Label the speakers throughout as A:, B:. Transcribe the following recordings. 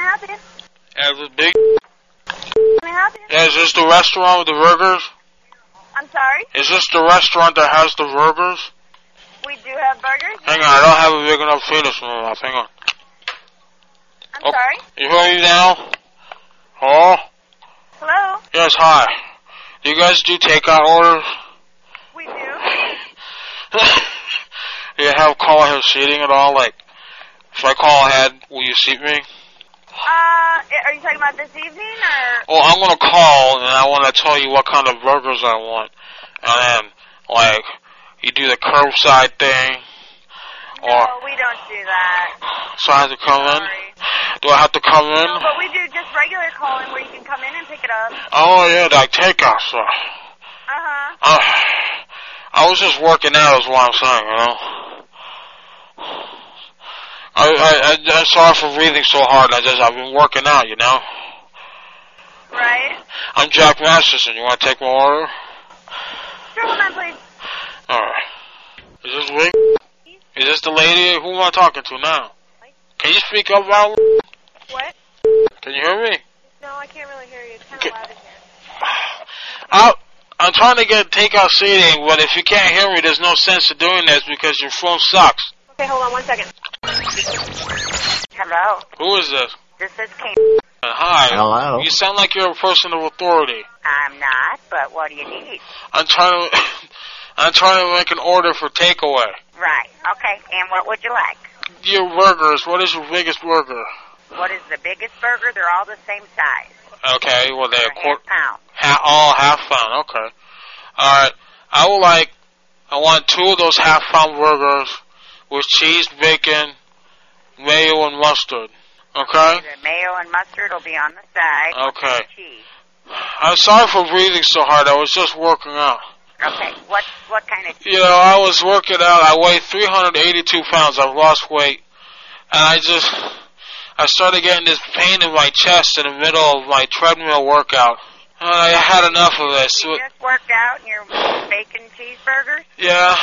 A: help you?
B: As a big.
A: Can I help you?
B: Yeah, is this the restaurant with the burgers?
A: I'm sorry.
B: Is this the restaurant that has the burgers?
A: We do have burgers.
B: Hang on, I don't have a big enough penis in my mouth. Hang on.
A: I'm
B: Oh.
A: sorry.
B: You hear me now? Hello?
A: Hello.
B: Yes, hi. Do you guys do takeout orders?
A: We do.
B: do you have call-ahead seating at all? Like, if I call ahead, will you seat me?
A: Uh, are you talking about this evening or?
B: Well, I'm gonna call and I wanna tell you what kind of burgers I want. And then, like, you do the curbside thing,
A: No,
B: or Um,
A: we don't do that.
B: so I have to come in.
A: Sorry.
B: Do I have to come in?
A: No, but we do just regular calling where you can come in and pick it up.
B: Oh yeah, like takeout stuff.
A: Uh huh.
B: Uh, I was just working out, is what I'm saying, you know. I I I I'm sorry for breathing so hard. I just I've been working out, you know.
A: Right.
B: I'm Jack Masterson. You wanna take my order?
A: Sure, hold on, please.
B: Alright. Is this Rick? Is this the lady? Who am I talking to now? Can you speak up loud?
A: What?
B: Can you hear me?
A: No, I can't really hear you. It's kind
B: Okay.
A: of loud in here.
B: I, I'm trying to get takeout seating, but if you can't hear me, there's no sense in doing this because your phone sucks.
A: Okay, hold on one second. Hello.
B: Who is this?
A: This is Kate.
B: Uh, hi.
C: Hello.
B: You sound like you're a person of authority.
A: I'm not, but what do you need?
B: I'm trying to, I'm trying to make an order for takeaway.
A: Right. Okay. And what would you like?
B: Your burgers. What is your biggest burger?
A: What is the biggest burger? They're all the same size.
B: Okay. Well, they're
A: They're
B: a quarter.
A: half pound.
B: Ha- all half pound. Okay. All right. I would like. I want two of those half pound burgers with cheese, bacon, mayo, and mustard. Okay.
A: The mayo and mustard will be on the side.
B: Okay.
A: Cheese.
B: I'm sorry for breathing so hard. I was just working out.
A: Okay. What what kind of
B: You know, I was working out. I weighed 382 pounds. I've lost weight, and I just I started getting this pain in my chest in the middle of my treadmill workout. And I had enough of this.
A: you just worked out and you're bacon cheeseburgers?
B: Yeah,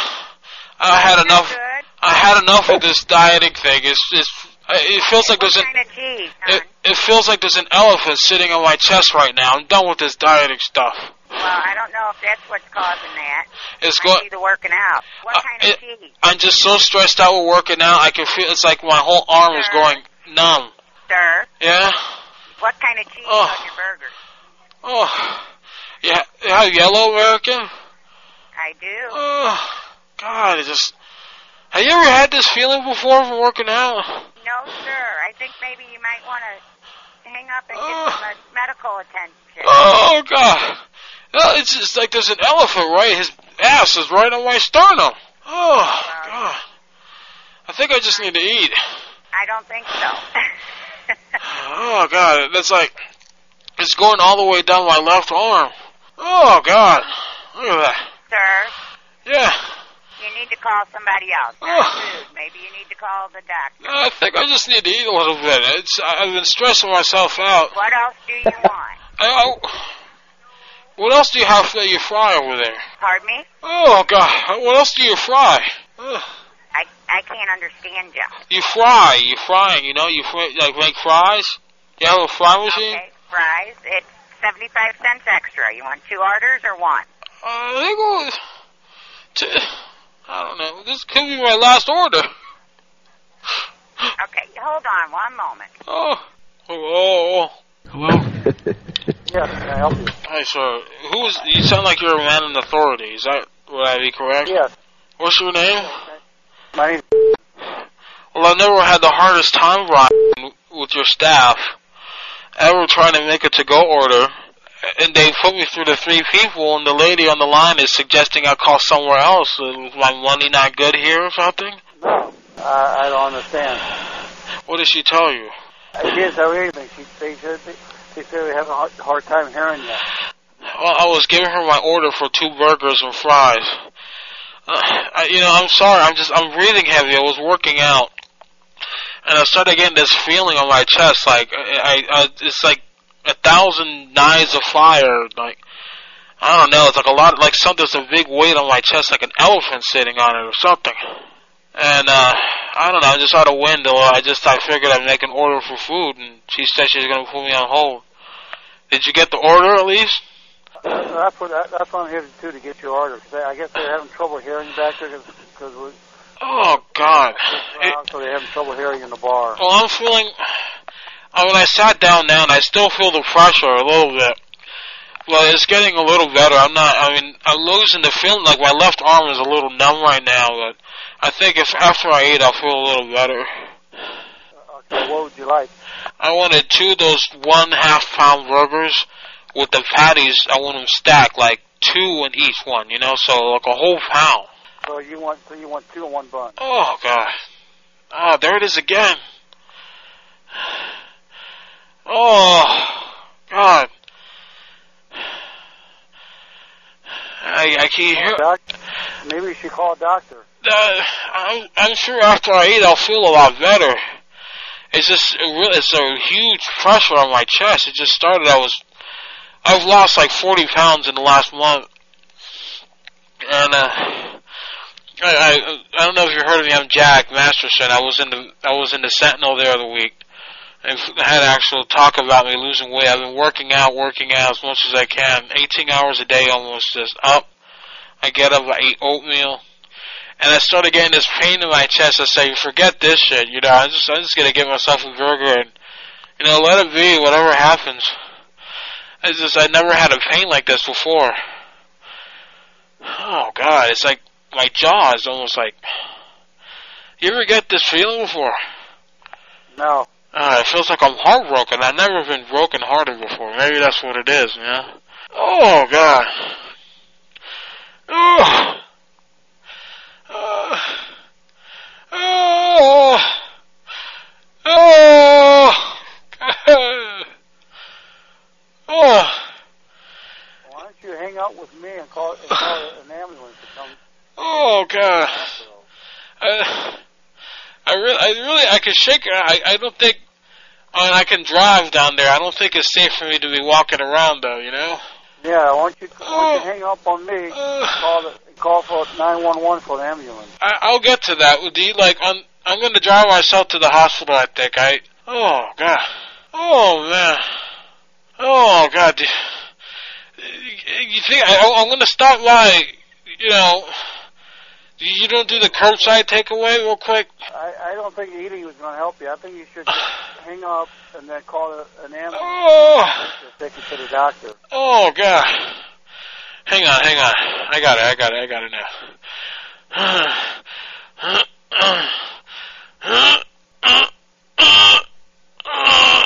B: I had enough.
A: Good.
B: I had enough of this dieting thing. It's it's it feels like
A: What
B: there's an
A: kind of cheese?
B: it,
A: hon?
B: it feels like there's an elephant sitting on my chest right now. I'm done with this dieting stuff.
A: Well, I don't know if that's what's causing that.
B: It's
A: Might
B: going.
A: be the working out. What
B: Uh,
A: kind
B: it-
A: of cheese?
B: I'm just so stressed out with working out. I can feel it's like my whole arm is
A: Sure.
B: going numb.
A: Sir,
B: Yeah.
A: what kind of cheese
B: Oh.
A: on your burger?
B: Oh. Yeah. Yeah. Yellow American.
A: I do.
B: Oh. God. It just. Have you ever had this feeling before from working out?
A: No, sir. I think maybe you might want to hang up and get
B: Oh.
A: some uh, medical attention.
B: Oh God! No, it's just like there's an elephant right. His ass is right on my sternum. Oh God! I think I just need to eat.
A: I don't think so.
B: Oh God! That's like it's going all the way down my left arm. Oh God! Look at that.
A: sir,
B: Yeah.
A: You need to call somebody else. Not
B: Ugh.
A: food. Maybe you need to call the doctor.
B: I think I just need to eat a little bit. It's I- I've been stressing myself out.
A: What else do you want?
B: I, I- what else do you have that you fry over there?
A: Pardon me?
B: Oh God! What else do you fry? Ugh.
A: I, I can't understand you.
B: You fry, you frying, you know, you fry, like make fries. You have a fry machine?
A: Okay, fries. It's 75 cents extra. You want two orders or one?
B: Uh, I think it was. T- I don't know. This could be my last order.
A: Okay, hold on one moment.
B: Oh, oh, oh. Hello.
D: Yes, can I help you?
B: Hi, sir. Who is? You sound like you're a man in authority. Is that would I be correct?
D: Yes.
B: What's your name?
D: My name's
B: Well, I never had the hardest time, Brian, with your staff ever trying to make a to-go order, and they put me through the three people, and the lady on the line is suggesting I call somewhere else. Uh, Was my money not good here or something?
D: No, I, I don't understand.
B: What did she tell you?
D: I can't tell you anything. She, they said they, they said we have a hard, hard time hearing you.
B: Well, I was giving her my order for two burgers and fries. Uh, I, you know, I'm sorry. I'm just I'm breathing heavy. I was working out, and I started getting this feeling on my chest, like I, I, I it's like a thousand knives of fire. Like I don't know. It's like a lot. Like something's a big weight on my chest, like an elephant sitting on it or something. And uh, I don't know, I just out of window. I just I figured I'd make an order for food, and she said she was gonna put me on hold. Did you get the order at least?
D: That's what that, that's what I'm here to do to get your order. 'Cause I I guess they're having trouble hearing back there because we're
B: Oh God! It,
D: around, so they're having trouble hearing in the bar.
B: Well, I'm feeling. I mean, I sat down now, and I still feel the pressure a little bit. Well, it's getting a little better. I'm not. I mean, I'm losing the feeling. Like my left arm is a little numb right now, but I think if after I eat, I'll feel a little better.
D: Okay, what would you like?
B: I wanted two of those one half pound burgers with the patties. I want them stacked, like two in each one. You know, so like a whole pound.
D: So you want so you want two in one bun.
B: Oh god. Oh, there it is again. Oh god. I I can't hear.
D: Doc, maybe you should call a doctor.
B: Uh, I'm I'm sure after I eat I'll feel a lot better. It's just it really it's a huge pressure on my chest. It just started. I was I've lost like 40 pounds in the last month, and uh, I, I I don't know if you heard of me. I'm Jack Masterson. I was in the I was in the Sentinel there the week. And had actual talk about me losing weight. I've been working out, working out as much as I can. 18 hours a day almost just up. I get up, I eat oatmeal and I started getting this pain in my chest. I say, forget this shit, you know. I'm just, I'm just gonna give myself a burger and, you know, let it be. Whatever happens. I just, I never had a pain like this before. Oh God, it's like my jaw is almost like. You ever get this feeling before?
D: No.
B: Uh, it feels like I'm heartbroken. I've never been broken hearted before. Maybe that's what it is, man. Oh god. Oh. Uh, oh. Oh. God. Oh.
D: Why don't you hang out with me and call, and call an ambulance to come to
B: Oh
D: the
B: god.
D: hospital?
B: I, I really, I really, I can shake. I, I don't think. I mean, I can drive down there. I don't think it's safe for me to be walking around though. You know.
D: Yeah, why don't you, why don't you hang up on me?
B: Uh,
D: Call the, call for nine one one for an ambulance.
B: I, I'll get to that. Do you like? I'm I'm going to drive myself to the hospital. I think I. Oh god. Oh man. Oh god. Do- You think I, I'm going to stop by? You know. You don't do the curbside takeaway real quick.
D: I, I don't think eating is going to help you. I think you should just hang up and then call a, an ambulance
B: Oh.
D: to take you to the doctor.
B: Oh god. Hang on, hang on. I got it, I got it, I got it now.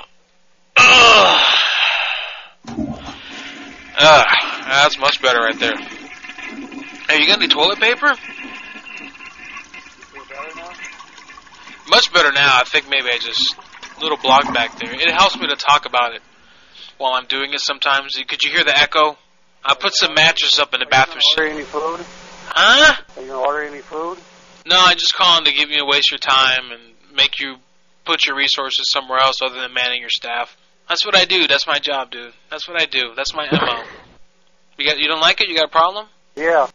B: Ah, that's much better right there. Hey, you got any toilet paper?
D: You feel better now?
B: Much better now. I think maybe I just little block back there. It helps me to talk about it while I'm doing it sometimes. Could you hear the echo? I put some mattress up in the bathroom.
D: Are you going to order any food?
B: Huh?
D: Are you going to order any food?
B: No, I just calling to give you a waste your time and make you put your resources somewhere else other than manning your staff. That's what I do. That's my job, dude. That's what I do. That's my mo. You got you don't like it? You got a problem?
D: Yeah.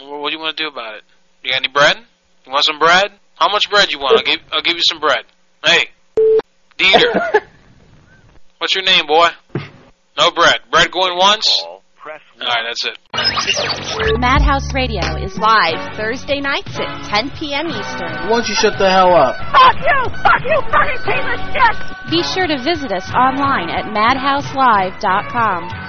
B: Well, what do you want to do about it? You got any bread? You want some bread? How much bread you want? I'll give I'll give you some bread. Hey, Dieter, what's your name, boy? No bread. Bread going once.
C: Press
B: All right, that's it.
E: Madhouse Radio is live Thursday nights at 10 p.m. Eastern.
F: Why don't you shut the hell up?
A: Fuck you! Fuck you! Fucking piece of shit!
E: Be sure to visit us online at madhouselive.com.